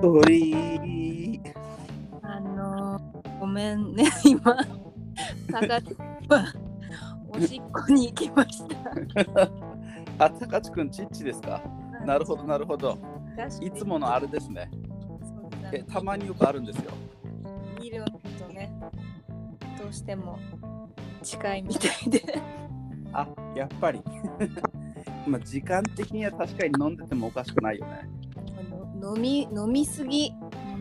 鳥。あのーごめんね、 今、高千はおしっこに行きました。あ、たかちくんちっちですか。なるほど、なるほど。いつものあれですね。そうだえね、たまによくあるんですよ。見るとね、どうしても近いみたいで。あ、やっぱり。 まあ、時間的には確かに飲んでてもおかしくないよね。あの 飲み飲みすぎ飲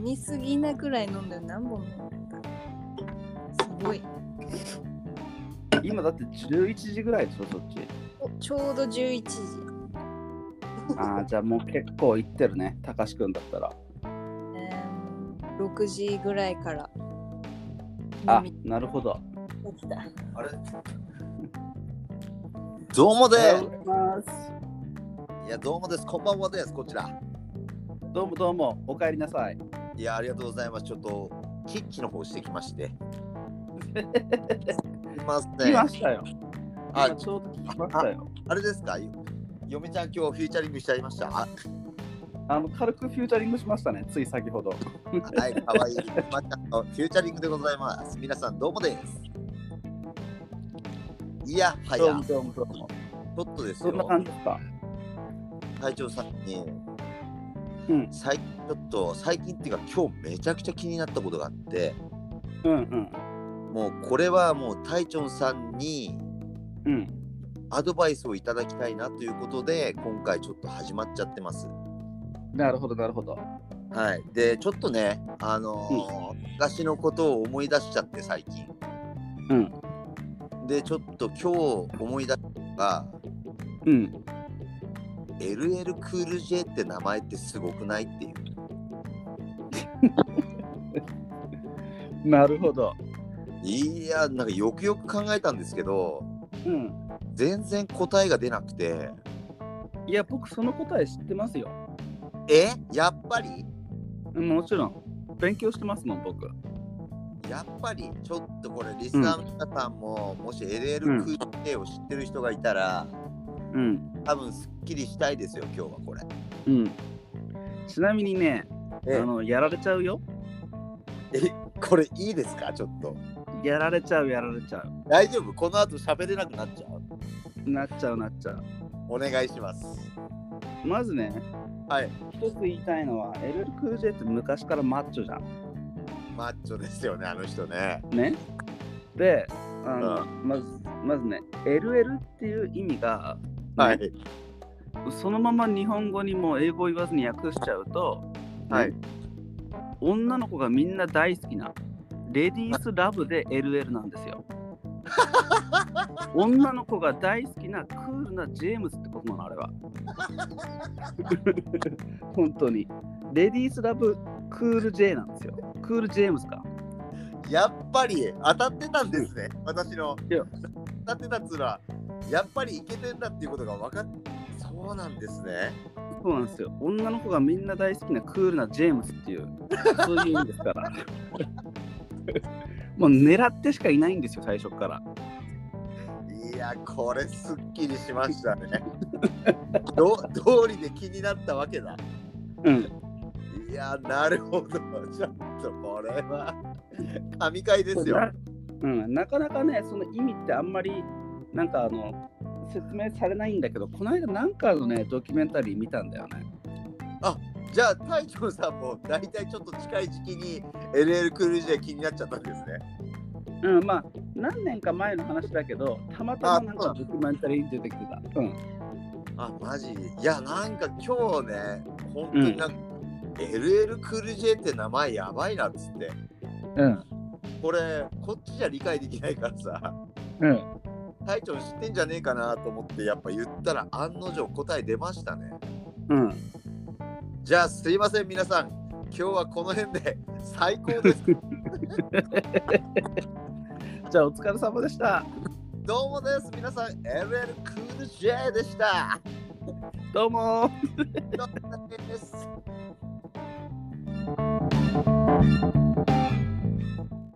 みすぎなくらい飲んだよ何本も飲んだすごい今だって11時ぐらいでしょ、そ っち。おちょうど11時あーじゃあもう結構行ってるね、たかしくんだったら。えー6時ぐらいからあ飲み、なるほど。に来たあれどうもでおはようございますいや、どうもです。こんばんはです。こちら。どうもどうも、お帰りなさい。いや、ありがとうございます。ちょっと、キッチンの方してきまして。います来ね。ましたよ。あ今ちょうど来ましたよ。あれですかゆ嫁ちゃん今日フィーチャリングしちゃいました。ああの軽くフューチャリングしましたね、つい先ほど。はい、かわいい。またのフューチャリングでございます。皆さんどうもです。いや、はどうやも、どうもどうも。ちょっとですどよんな。感じですか隊長さんに、うん最近ちょっと、最近っていうか今日めちゃくちゃ気になったことがあって、うんうん。もうこれはもう隊長さんにうん。アドバイスをいただきたいなということで、今回ちょっと始まっちゃってます。なるほど、なるほど。はい。で、ちょっとね、あのー昔のことを思い出しちゃって最近。うん。で、ちょっと今日思い出したのが、うん。 LL クール J って名前ってすごくないっていう。なるほど。いや、なんかよくよく考えたんですけど、うん。全然答えが出なくて、いや、僕、その答え知ってますよ。えやっぱりうんもちろん。勉強してますもん、僕。やっぱりちょっとこれリスナーの皆さんも、もし LL クール J を知ってる人がいたら、うん。多分すっきりしたいですよ、今日はこれ。うん。ちなみにね、あの、やられちゃうよ。これいいですかちょっと。やられちゃう、やられちゃう。大丈夫この後喋れなくなっちゃう。なっちゃう、なっちゃう。お願いします。まずね、はい。一つ言いたいのは、LL クール J って昔からマッチョじゃん。マッチョですよね、あの人ね。ね。で、あの、まず、まずね、LL っていう意味が、ねはい。そのまま日本語にも英語言わずに訳しちゃうと、ねはい女の子がみんな大好きな、レディースラブで LL なんです よ。女の子が大好きなクールなジェームスってことなの、あ れは。本当に。レディースラブクール J なんですよ。クールジェームスか。やっぱり当たってたんですね、私の。いや当たってたっつうのは、やっぱりイケてんだっていうことが分かっそうなんですね。そうなんですよ。女の子がみんな大好きなクールなジェームスっていう、そういう意味ですから。 もう狙ってしかいないんですよ、最初から。いや、これすっきりしましたね。 ど通りで気になったわけだ。うん。いや、なるほど。ちょっとこれは神回ですよ。うん、なかなかね、その意味ってあんまり、なんかあの、説明されないんだけど、この間なんかのね、ドキュメンタリー見たんだよね。じゃあ、隊長さんも大体ちょっと近い時期に LL クール J 気になっちゃったんですね。うん、まあ、何年か前の話だけど、たまたまなんかドキュメンタリーに出てきてた。うん。あ、マジいや、なんか今日ね、本当になんか、LL クール J って名前やばいなっつって。うん。これ、こっちじゃ理解できないからさ、うん。隊長知ってんじゃねえかなと思って、やっぱ言ったら案の定答え出ましたね。うん。じゃあ、すいません、皆さん。今日はこの辺で最高です。じゃあ、お疲れ様でした。どうもです。皆さん、LL クール J でした。どうもー。どうもです。